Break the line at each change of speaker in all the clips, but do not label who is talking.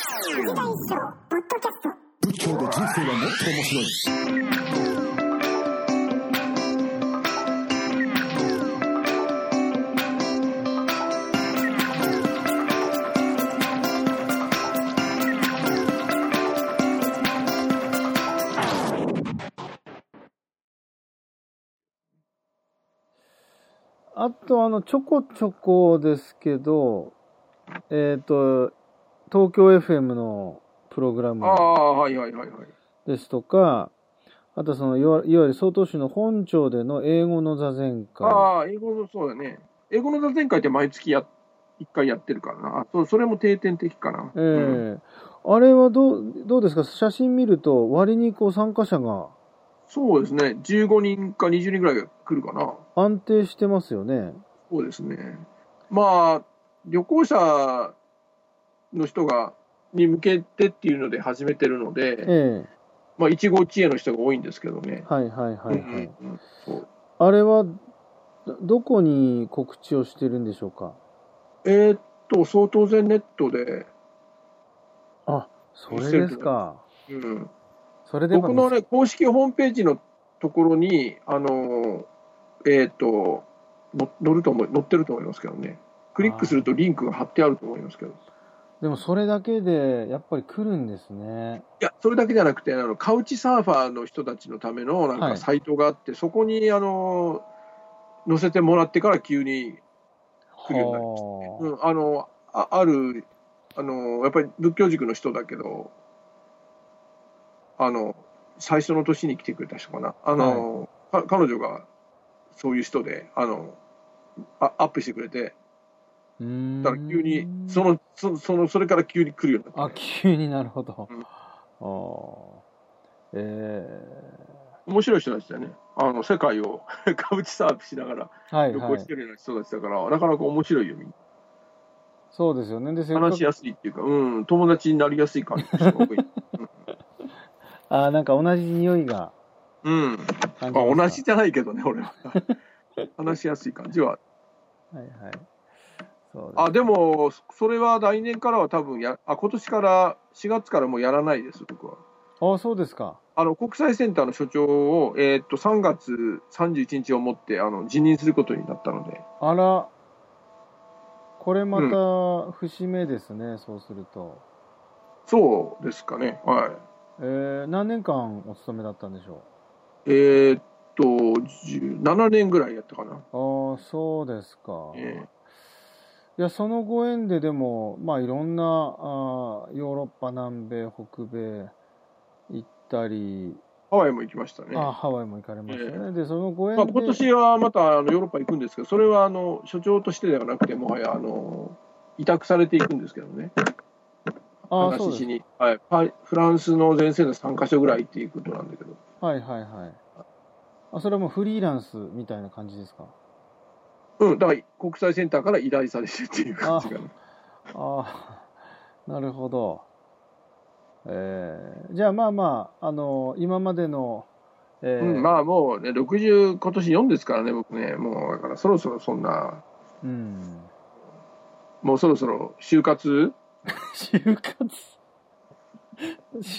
劇団師匠ポッドキャスト
仏教で人生はもっと面白い。
あと、あの、ちょこちょこですけど、えっ、と、東京 FM のプログラム
ああ、はいはいはいはい。
ですとか、あとその、いわいわゆる曹洞宗の本庁での英語の座禅会。
ああ、英語の、そうだね。英語の座禅会って毎月や、一回やってるからな。あそうそれも定点的かな。
ええ
うん
あれはどう、どうですか写真見ると、割にこう参加者が
そうですね。15人か20人ぐらいが来るかな。
安定してますよね。
そうですね。まあ、旅行者の人が、に向けてっていうので始めてるので、
ええ
まあ、一期一会の人が多いんですけどね。
はいはいはいはい。
うんうんうんそう
あれは、どどこに告知をしてるんでしょうか
えーっと、相当然ネットで、
あ、それですか。
うん、
それで
僕のね、公式ホームページのところに、あのーえーっと、の載ると思う載ってると思いますけどね。クリックするとリンクが貼ってあると思いますけど。
でもそれだけでやっぱり来るんですね。
いや、それだけじゃなくて、あのカウチサーファーの人たちのためのなん
は
か
い
サイトがあって、そこにあの載せてもらってから急に、来るようになりまう
は
ん、あのああるあの、やっぱり仏教塾の人だけど、あの最初の年に来てくれた人かな、あのか彼女がそういう人であのあ、アップしてくれて、
あうーん
だから急に、そのそそのそれから急に来るようにな
あ
って、
急になるほど。
うん
あーえ
面白い人たちだよね、あの世界を カウチサーフしながら。
ー、はい
旅
は
行し
い。
てるような人たちだから、なかなか面白いよ、みん
そうですよね。でせっ
な。
か
話し
く
やすいっていうか、うん、友達になりやすい感じの人が 多い。
あーなんか同じ匂いが
うん。
感じ
まあ、
ま
同
す
じじゃないけどね、 俺は。話しやすい感じは。
か。はいはい。そうです
あ、でも、それは来年からは多分や、あ、今年から、4月からもうやらないです、僕は。
あそうですか。
あの、国際センターの所長を、えーっと、3月31日をもって、あの、辞任することになったので。
あら、これまた節目ですね。そうすると。
そうですかね。はい。
えー、何年間お勤めだったんでしょ
えーっと、17年ぐらいやったかな。
う。ああそうですか。
ええ
いや、そのご縁ででも、まあ、いろんな、あーヨーロッパ、南米、北米行ったり、
ハワイも行きましたね。
あハワイも行かれましたね。で、そのご縁
ま
で、
あ、今年はまたあのヨーロッパ行くんですけど、それはあの所長としてではなくて、もはやあの委託されていくんですけどね、
あーそう
話
で
し
す。
に、はい、パリフランスの前線で3か所ぐらいっていうことなんだけど、
はいはいはい。あ、それはもうフリーランスみたいな感じですか。
うん、だから国際センターから依頼されてっていう感じかな。
ああ、 なるほど。えー、じゃあまあまあ、あの今までの、えー
うん、まあもうね、60、今年4ですからね、僕ね、もうだからそろそろそんな、
うん、
もうそろそろ就活、
就活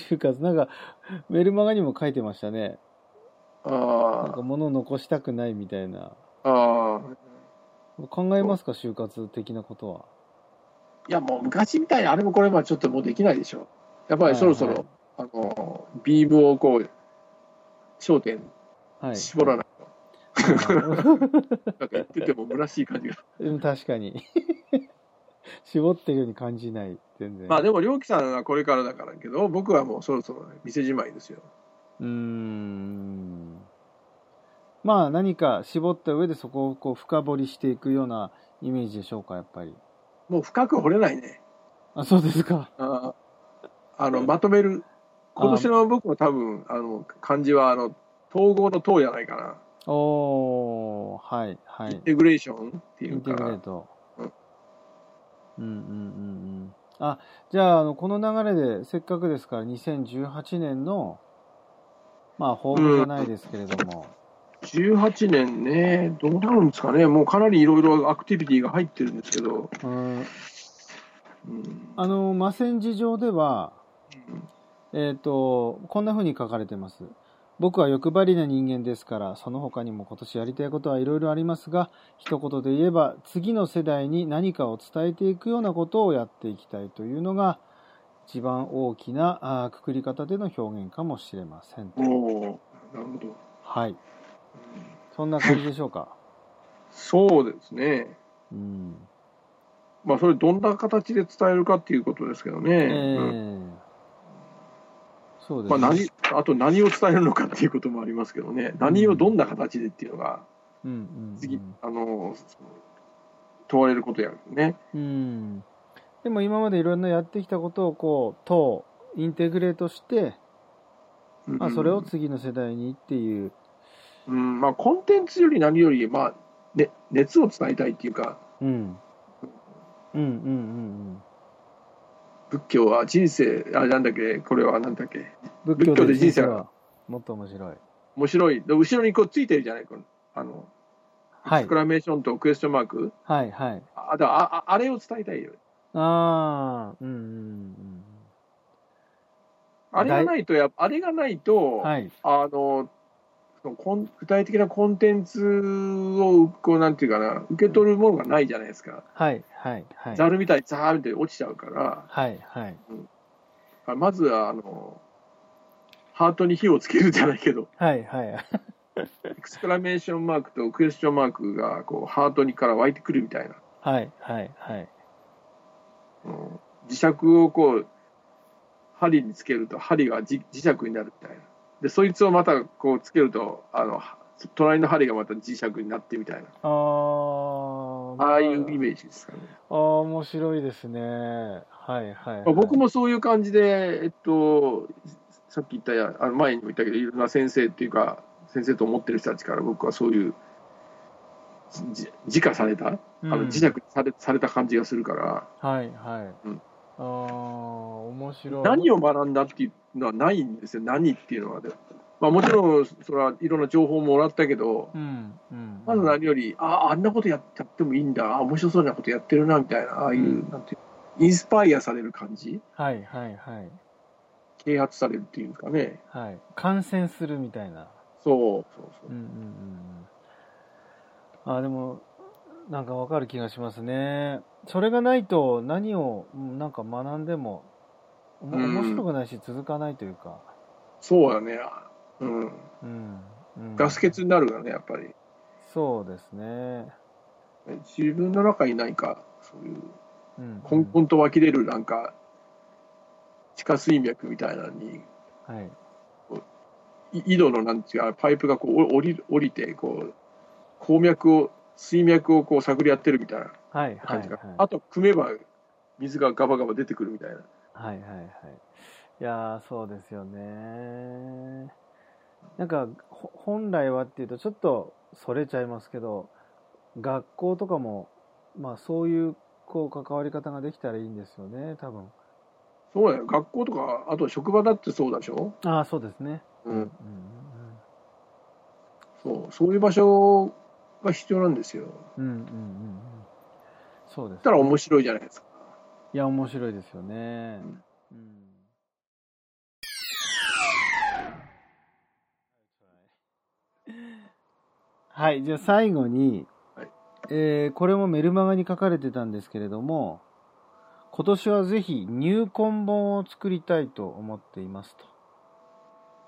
就活なんかメルマガにも書いてましたねなん
あ
か物を残したくないみたいな
ーあー、
考えますか就活的なことはい
やもう昔みたいにあれもこれもちょっともうできないでしょ、やっぱりそろそろ、
はい
あのビームをこう、焦点
はい
絞らないと。 なんか言ってても虚しい感じが。
でも確かに 絞ってるように感じない全然
まあでも、りょうきさんはこれからだからけど、僕はもうそろそろね店じまいですよ。
うーんまあ何か絞った上でそこをこう深掘りしていくようなイメージでしょうかやっぱり
もう深く掘れないね。
あそうですか
あーあの、まとめる。今年の僕の多分、あの、漢字は、あの、統合の統じゃないかな。
おおはいは
イン
い
テグレーションってい
イン
う
テ
か
グレー
な。
ト。う
うん
うん
ん
うんうん。あ、じゃあ、あの、この流れで、せっかくですから、2018年の、まあ、抱負じゃないですけれど も、
18年ね、どうなるんですかね。もうかなりいろいろアクティビティが入ってるんですけど、
うん、
うん
あの、マセンジ上では、
うん
えっ、と、こんな風に書かれてます。僕は欲張りな人間ですから、その他にも今年やりたいことはいろいろありますが、一言で言えば、次の世代に何かを伝えていくようなことをやっていきたいというのが、一番大きなあーくくり方での表現かもしれません。
おーなるほど、うん
はい。そんな感じでしょう か。
そうですね、
うん。
まあ、それ、どんな形で伝えるかっていうことですけどね、
ええ
うん
そうで
ますあ、
ね。
何あと何を伝えるのかっていうこともありますけどね、何をどんな形でっていうのが、
うんうんうん、
次、あの問われることやるね。
うん、でも今までいろんなやってきたことをこうとインテグレートして、
うん
まあ、それを次の世代にっていう、
うんまあ、コンテンツより何より、まあね、熱を伝えたいっていうか、
うん、うんうんうんうん
仏教は人生、あなんだっけ、これはなんだっけ、
仏教
教
で
で
人
人
生
生は
はもっと面白い
面白い、で後ろにこうついてるじゃない、このあの
は
エ
い
クラメーションとクエスチョンマーク、
はいはい
あだからあああれを伝えたいよ。
ああうんうん
あれがないとや、あれがないと、
うんはい
あのそのコン具体的なコンテンツをこうなんていうかな受け取るものがないじゃないですか、
はいはいはい
ざるみたいにザーみたいに落ちちゃうから、
はいはい
あまずはあのハートに火をつけるじゃないけど、
はいはい
エクスクラメーションマークとクエスチョンマークがこうハートにから湧いてくるみたいな、
はいはいはい
うん磁石をこう針につけると針がじ磁石になるみたいなでそいつをまたこうつけるとあの隣の針がまた磁石になってみたいな
あー
ああいうイメージですかね。
あー面白いですねはいはい、
ま
は
あ
い、
僕もそういう感じで、えっと、さっき言ったや、あの前にも言ったけど、いろんな先生っていうか、先生と思ってる人たちから、僕はそういう、じ自家された、あ
うん、
の自宅されされた感じがするから、
はいはい。
うん
ああ、面白い。
何
を
を学んだっていうのはないんですよ、何っていうのは。でまあ、もちろん、それはいろんな情報もらったけど、
うんうん。
まず何より、ああ、あんなことやっやってもいいんだ、ああ、面白そうなことやってるな、みたいな、ああいう、
うん
なんていう、インスパイアされる感じ、
はいはいはい。
啓発されるっていうかね、
はい。感染するみたいな。
そうそうそう
うんうんうんうん。あーでも、なんかわかる気がしますね。それがないと何をうんなんか学んでも、おも
うん
面白くないし続かないというか。
そうだね、うん、
うん。うん
ガス欠になるよね、やっぱり。
そうですね。
自分の中に何か、そういう、
うん、
こんこんと湧き出る、なんか、地下水脈みたいなのに、
はい。
い井戸のなんていうか、パイプがこうお降り降りて、こう、鉱脈を、水脈をこう探り合ってるみたいな
はいはい
感じが、
はい
あと組めば水がガバガバ出てくるみたいな。
はいはいはい。いやー、そうですよね。なんか、ほ本来はっていうと、ちょっとそれちゃいますけど、学校とかも、まあそういう、こう、関わり方ができたらいいんですよね、多分。
そうだよ、学校とか、あと職場だってそうだでしょ。
ああ、そうですね。
うん、
うん
そう、そういう場所が必要なんですよ。
うんうん。うんうんうんうん。そうです、
だから
ね。
面白いじゃないですか。
いや、面白いですよね。うん。はい、じゃあ最後に、
はい
えーこれもメルマガに書かれてたんですけれども、今年はぜひ入魂本を作りたいと思っています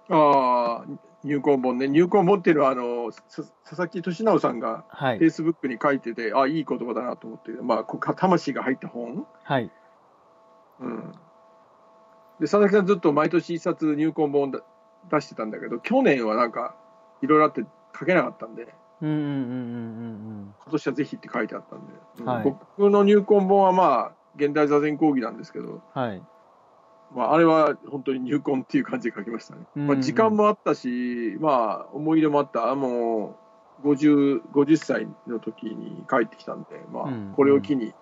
と。
ああ、入魂本ね、入魂本っていうのはあの、さ佐々木俊直さんが
は
フェ
い
イ。スブックに書いてて、あいい言葉だなと思って、まあ、こか魂が入った本、
はい。
うん、で佐々木さん、ずっと毎年一冊入魂本だ出してたんだけど、去年はなんか、いろいろあって書けなかったんで、
うんうんうんうんうん
今年はぜひって書いてあったんで、うん
はい
僕の入魂本はまあ、現代座禅講義なんですけど、
うん。はい。
まあ、あれは本当に入魂っていう感じで書きましたね。
うんうん
まあ、時間もあったし、まあ、思い入れもあった、あもう 50, 50歳の時に帰ってきたんで、ま
うんうん
あ、これを機に、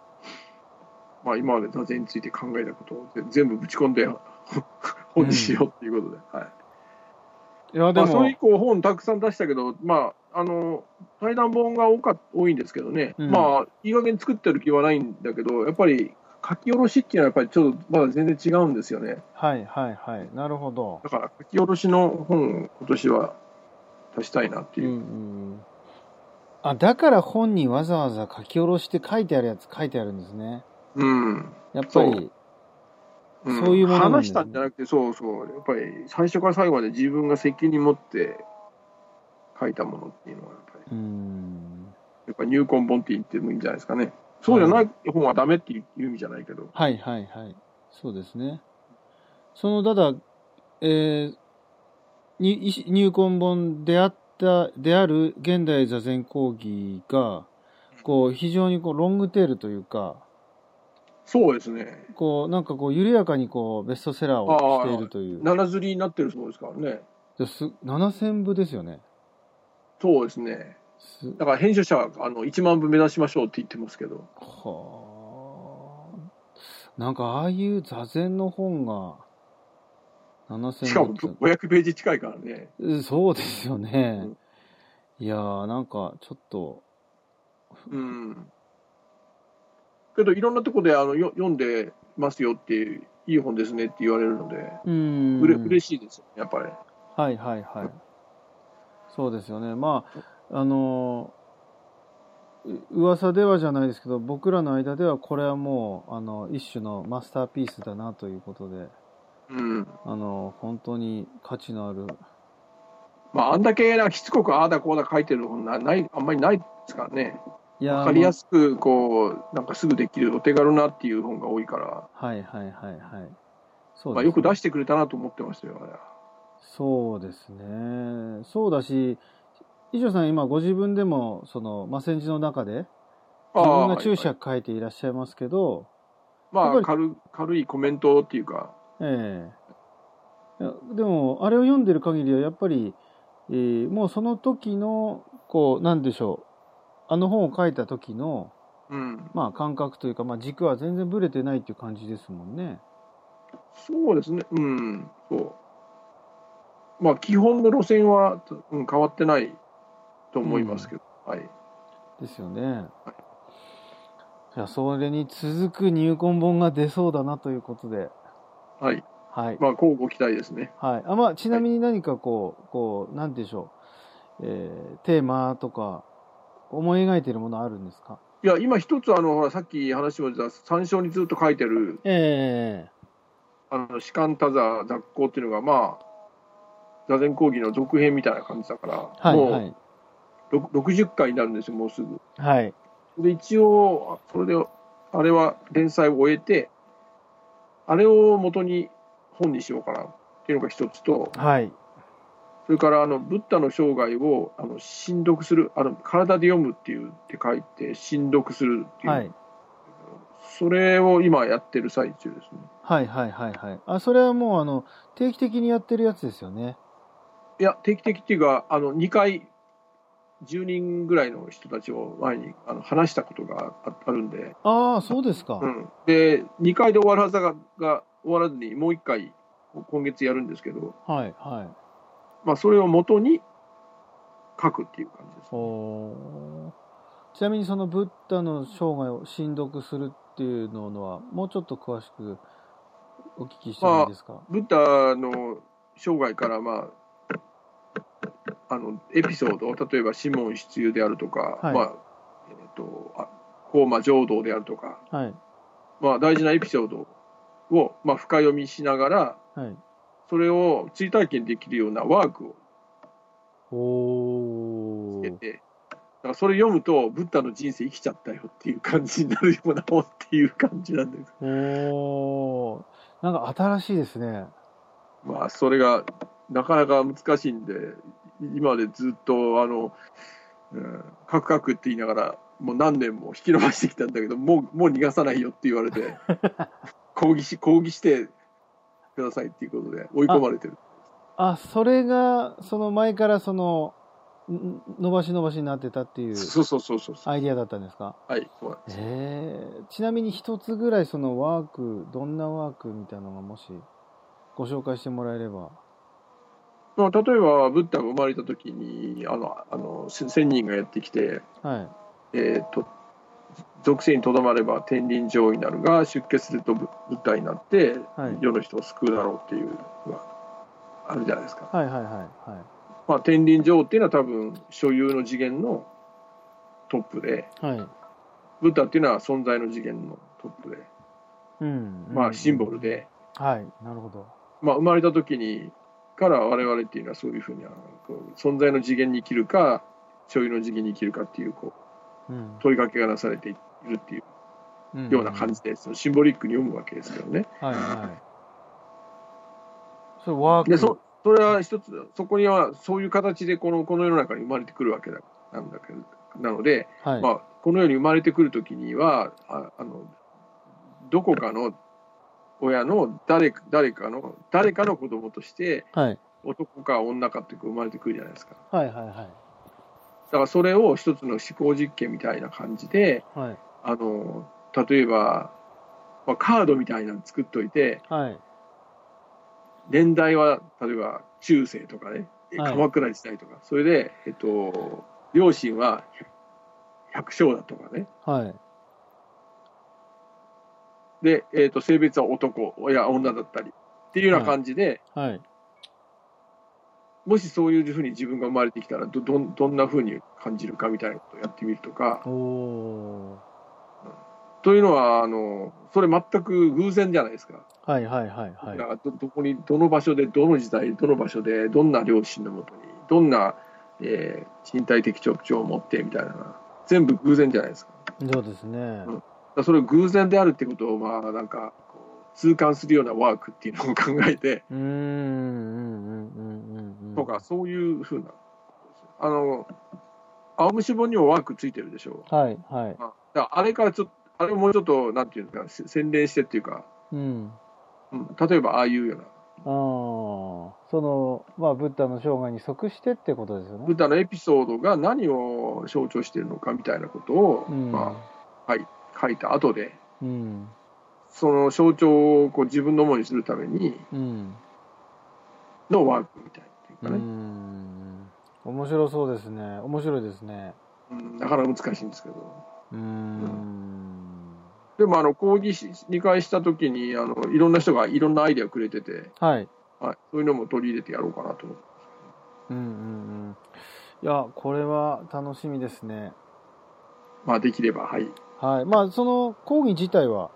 まあ、今まで座禅について考えたことをぜ全部ぶち込んで、 本にしようっていうことで、はい
いや、で
まあ、
も、
それ以降、本たくさん出したけど、まあ、あの対談本が多か多いんですけどね、
うん
まあ、いい加減作ってる気はないんだけど、やっぱり書き下ろしっていうのはやっぱりちょっとまだ全然違うんですよね。
はいはいはい。なるほど。
だから書き下ろしの本を今年は出したいなって
うん
いうう。
ん。あ、だから本にわざわざ書き下ろして書いてあるやつ書いてあるんですね。
うん。
やっぱ
そ
り、
うん
そういうものなんです
話
ね
したんじゃなくて、そうそう。やっぱり最初から最後まで自分が責任持って書いたものっていうのはやっぱり、
うん。
やっぱ入魂本って言ってもいいんじゃないですかね。そうじゃない本はダメっていう意味じゃないけど。
はいはいはい。そうですね。その、ただ、えーにい入魂本であった、である現代座禅講義が、こう、非常にこう、ロングテールというか、
そうですね。
こう、なんかこう、緩やかにこう、ベストセラーをしているという。
七釣りになってるそうですからね。
です7000部ですよね。
そうですね。
す
だから編集者はあの1万部目指しましょうって言ってますけど、
はあ。なんかああいう座禅の本が
しか
7000
も
部っ
500ページ近いからね。
てうんそうですよね。いやーなんかちょっと、
うん。けど、いろんなとこであのよ読んでますよっていう、いい本ですねって言われるので、
う。
うんれ嬉しいですよね、やっぱり。
はいはいはい。そうですよね。まあ、あのー、う噂ではじゃないですけど、僕らの間ではこれはもう、あの、一種のマスターピースだなということで、
うん。
あの、本当に価値のある
まあ、あんだけなしつこくああだこうだ書いてる本なない、あんまりないですからね。
いやー
わかりやすく、こう、なんかすぐできる、お手軽なっていう本が多いから、
はいはいはいはい。そうですね
まあ、よく出してくれたなと思ってましたよ、あれは
そうですね。そうだし、以上さん今ご自分でも、その、まあ、戦時の中で、自分が注
ああ
釈書いていらっしゃいますけど、やっ
ま
ぱ
あ
り
軽、軽いコメントっていうか、
ええいやでも、あれを読んでる限りは、やっぱり、えーもうその時の、こう、なんでしょう。あの本を書いた時の、
うん、
まあ感覚というか、まあ軸は全然ブレてないっていう感じですもんね。
そうですね、うん、そう。まあ、基本の路線は、うん、変わってないと思いますけど、はい。
ですよね。いや、それに続く入魂本が出そうだなということで。
はい。
はい。
まあ、交互期待ですね。
はい。あ、まあ、ちなみに何かこう、こう、なんでしょう。えー、テーマとか、思い描いているものあるんですか
いや、今一つ、あの、ほら、さっき話しました、参照にずっと書いてる、
ええ
あの、士官多座雑行っていうのが、まあ、座禅講義の続編みたいな感じだから、
はい、は
も
い。
うろく、60回になるんですよ、もうすぐ。
はい。
で、一応、それで、あれは連載を終えて、あれを元に本にしようかなっていうのが一つと、
はい。
それからあのブッダの生涯をあの親読するあの、体で読むっていうって書いて、親読するっていう、
はい。
それを今やってる最中ですね。
はい、はい、はい、はい。あ、それはもう、あの、定期的にやってるやつですよね。
いや、定期的っていうか、あの2回、10人ぐらいの人たちを前にあの話したことがああるんで、
ああ、そうですか。
うん、で2回で終わるはずがが終わらずに、もう1回、今月やるんですけど、
はい、はい。
まあ、それを元に書くっていう感じです、ね。
おーちなみに、そのブッダの生涯を親読するっていうのは、もうちょっと詳しくお聞きしてもいいですか
ブッダの生涯から、まあ、あのエピソード、例えばシモン出遊であるとか、
はい
まあえー、とあ高馬浄土であるとか、
はい、
まあ、大事なエピソードを、まあ、深読みしながら、
はい。
それを追体験できるようなワークを
お
つけ
ー。
て、だからそれ読むと、ブッダの人生生きちゃったよっていう感じになるような本っていう感じなんです。
おー。なんか新しいですね。
まあ、それがなかなか難しいんで、今までずっと、あの、うん、カクカクって言いながら、もう何年も引き延ばしてきたんだけど、もう、もう逃がさないよって言われて、 抗議し、抗議してくださいっていうことで、追い込まれてる。
あ、それが、その前からその、ん伸ばし伸ばしになってたっていう
そうそうそうそう。
アイディアだったんですか
はい、そうなんです
えー、ちなみに一つぐらいそのワーク、どんなワークみたいなのがもしご紹介してもらえれば。
まあ、例えば、ブッダが生まれた時に、あの、あの、せ仙人がやってきて、
はい。
えっ、と、属性にとどまれば天輪上位なるが出家するとぶ物体になって
はい
世の人を救うだろうっていうのがあるじゃないですか、
はいはいはいは
まあ、天輪上位っていうのは多分所有の次元のトップで
いはい
ブッダっていうのは存在の次元のトップで、
うん
まあ、シンボルで、
はいなるほど
まあ、生まれた時にから我々っていうのはそういうふうにあのこう存在の次元に生きるか所有の次元に生きるかっていうこう
うん
問いかけがなされているっていうような感じでそのシンボリックに読むわけですけどね。
はいはいそれワーク
でそそれは一つそこにはそういう形でこのこの世の中に生まれてくるわけだなんだけどなので、
はい、
まあ、この世に生まれてくる時にはああのどこかの親の誰か誰かの誰かの子供として
はい
男か女かってこう生まれてくるじゃないですか
はいはいは
だからそれを一つの思考実験みたいな感じで
いはい
あの例えば、まあ、カードみたいなの作っといて
はい
年代は例えば中世とかね
はい
鎌倉時代とか、それで、えっと、両親は百姓だとかね
はい
で、えっと、性別は男いや女だったりっていうような感じで、
はい
もしそういうふうに自分が生まれてきたらどどんどんなふうに感じるかみたいなことをやってみるとか
おお
というのはあのそれ全く偶然じゃないですか。
ーはいはいはいはい
だからどどこにどの場所でどの時代どの場所でどんな両親のもとにどんな、えー身体的特徴を持ってみたいな全部偶然じゃないですかだか
そうですね
うんらそれを偶然であるってことをまあなんかこう痛感するようなワークっていうのを考えて
うーんうんうんうんうん
とかそういうふうなあの青虫本にもワークついてるでしょう
はいはい
まあだからあれからちょっとあれをもうちょっとなんていうんですかせ洗練してっていうか、
うん
うん、例えばああいうような
ああそのまあブッダの生涯に即してってことですよ
ブ
ね
ッダのエピソードが何を象徴しているのかみたいなことを、
うん、
まあ、書いた後で
うん
その象徴をこう自分のものにするために
うん
のワークみたいなっていう
う
かね、
ん面白そうですね面白いですね
うんなかなか難しいんですけど
うーん
でもあの講義し理解した時にあのいろんな人がいろんなアイデアをくれてて、
はい
はい、そういうのも取り入れてやろうかなと思って
うんうんうんいやこれは楽しみですね
まあできればはい
はいまあその講義自体は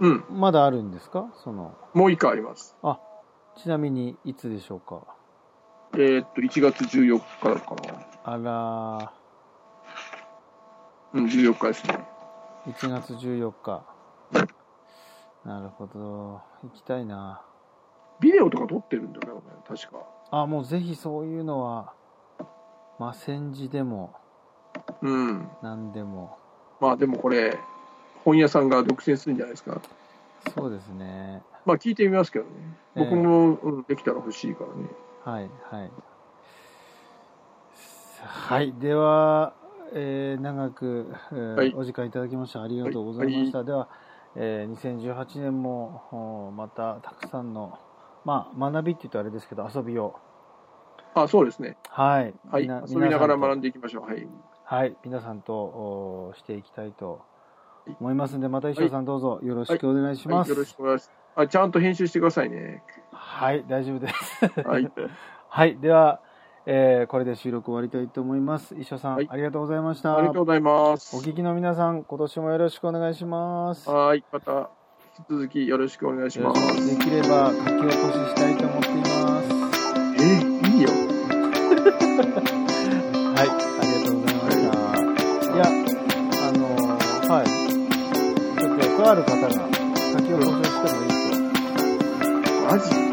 うん
まだあるんですかその
もう一回あります
ちなみにいつでしょうか
えーっと1月14日からかな
あら
うん14日ですね
ー1月14日なるほど行きたいな
ビデオとか撮ってるんだけどね確か
あもうぜひそういうのはまあ戦時でも
うん
何でも
まあでもこれ本屋さんが独占するんじゃないですか
そうですね
まあ聞いてみますけどね。
ええ
僕も、うんできたら欲しいからね。
はいはいはいでは、えー長く、えー
はい
お時間いただきましてありがとうございました、では、えー2018年もおーまたたくさんのまあ学びって言うとあれですけど遊びを
あ、そうですね。
はい、
はい。
みな
遊びながら
皆さ
学
んと
んでいきましょう。はい。
はい皆さんとおーしていきたいと思いますのでまた石尾さんどうぞよろしくお願いしま
はい、
す
よろしくお願いします。あ、ちゃんと編集してくださいね。
はい、大丈夫です
はい。
はい、では、えーこれで収録終わりたいと思います。一 緒さん、
はい
ありがとうございまし
あ
た
りが。とうございます
お。聞きの皆さん、今年もよろしくお願いします。よ
はい。また、引き続きよろしくお願いしま
ろ
す。
しくできれば書き起こししたいと思っています。
え、いいよ。
はい、ありがとうございました。いや、あのーはい、ちょっととある方が書き起こしをしてもいいと。
マジ